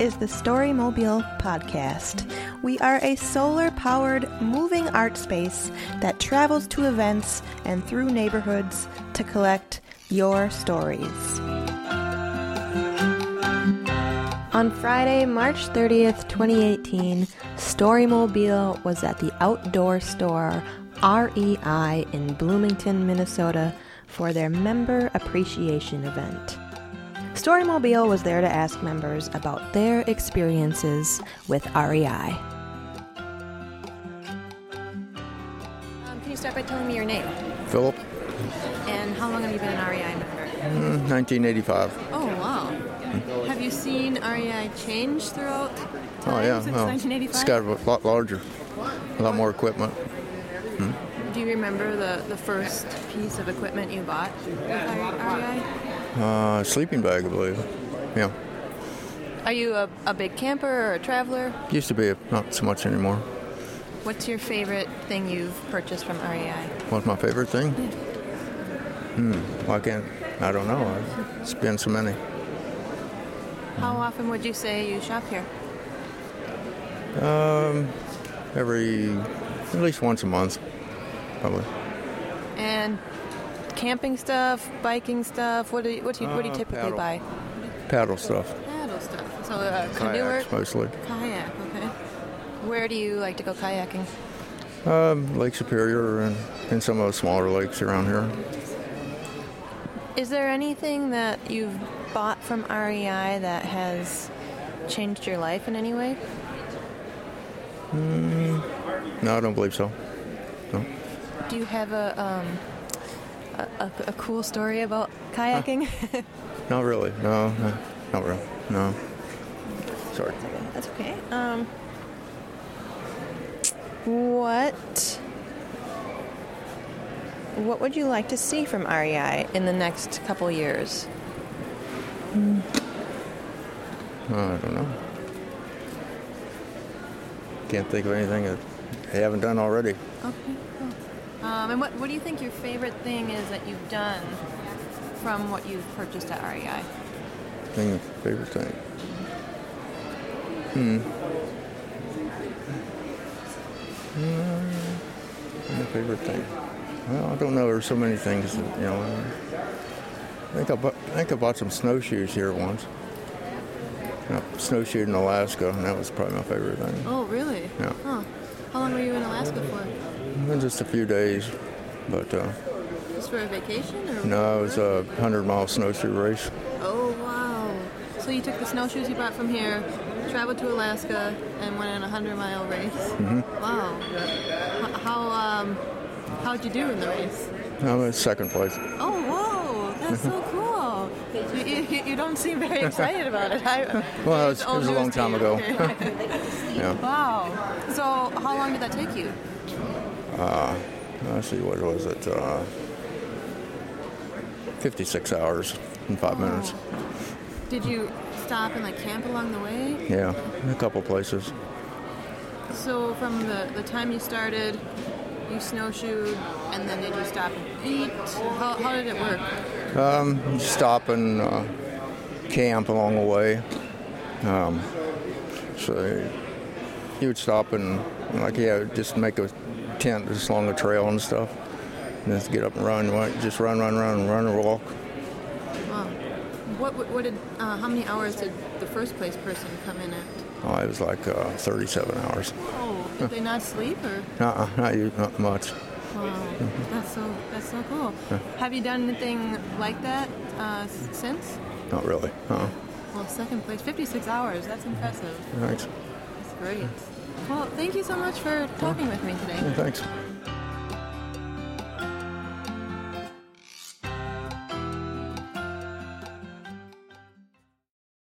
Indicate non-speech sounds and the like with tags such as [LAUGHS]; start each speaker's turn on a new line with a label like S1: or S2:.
S1: is the Storymobile Podcast. We are a solar powered moving art space that travels to events and through neighborhoods to collect your stories. On Friday, March 30th, 2018, Storymobile was at the outdoor store REI in Bloomington, Minnesota for their member appreciation event. Storymobile was there to ask members about their experiences with E REI.
S2: Um, can you start by telling me your name
S3: Philip,
S2: and how long have you been an REI member?
S3: mm, 1985.
S2: Oh wow! Have you seen REI change throughout time
S3: Oh yeah,
S2: since
S3: well, it's
S2: 1985?
S3: got a lot larger, a lot more equipment.
S2: Do you remember the, the first piece of equipment you bought with E REI?
S3: Uh, sleeping bag, I believe. Yeah,
S2: Are you a, a big camper or a traveler?
S3: used to be, not so much anymore.
S2: What's your favorite thing you've purchased from E REI?
S3: What's my favorite thing? Hmm, why can't I don't know. It's been so many.
S2: How often would you say you shop here?
S3: Every, at least once a month, probably.
S2: And camping stuff, biking stuff. What do you, what do you, what do you
S3: Uh,
S2: typically
S3: paddle.
S2: buy?
S3: Paddle stuff,
S2: Paddle stuff. So uh, canoe.
S3: kayaks mostly.
S2: Kayak. Okay. Where do you like to go kayaking?
S3: Um, Lake Superior and, and some of the smaller lakes around here.
S2: Is there anything that you've bought from REI that has changed your life in any way?
S3: No, I don't believe so. No.
S2: Do you have a um, a, a, a cool story about kayaking?
S3: Not really. No, no not really. No. Sorry.
S2: [LAUGHS] That's okay. Um, what what would you like to see from REI in the next couple years?
S3: I don't know. Can't think of anything that I haven't done already.
S2: Um, and what, what do you think your favorite thing is that you've done from what you've purchased at E REI?
S3: Thing, favorite thing. Hmm. Mm, My favorite thing. Well, I don't know. There's so many things. That, you know. I think I, bought, I think I bought some snowshoes here once. I snowshoed in Alaska, and that was probably my favorite thing.
S2: Oh, really?
S3: Yeah.
S2: Huh. How long were you in Alaska for?
S3: Well, Just a few days, but uh,
S2: Just for a vacation? Or
S3: no, it was uh, a hundred mile snowshoe race.
S2: Oh, wow. So you took the snowshoes you bought from here, traveled to Alaska, and went in a 100 mile race?
S3: Mm-hmm.
S2: Wow. H- how, um, how'd you do in the race?
S3: I was second place.
S2: Oh, whoa. That's
S3: [LAUGHS]
S2: so cool. You, you, you don't seem very excited about it. I,
S3: [LAUGHS] Well, it was,
S2: it's
S3: it
S2: old
S3: was a
S2: news
S3: long
S2: to
S3: time
S2: you. [LAUGHS]
S3: ago.
S2: Okay.
S3: yeah,
S2: wow. So how long did that take you?
S3: let's see, what was it? Uh, Fifty-six hours and five minutes.
S2: Did you stop and like camp along the way?
S3: Yeah, a couple places.
S2: So from the, the time you started, you snowshoed, and then did you stop and eat? How, how did it work?
S3: Stop and uh, camp along the way. Um, so you would stop and like yeah, just make a tent just along the trail and stuff. And just get up and run, run just run, run, run, run and walk.
S2: What, what, what did, uh, how many hours did the first place person come in at?
S3: Oh, it was like uh, 37 hours.
S2: Oh, did they not sleep or?
S3: Uh-uh, not, you- not much.
S2: Wow, that's so, that's so cool. Have you done anything like that uh, s- since?
S3: Not really. Uh-uh.
S2: Well, second place, 56 hours, that's impressive.
S3: Thanks.
S2: That's great. Well, thank you so much for talking with me today.
S3: Thanks.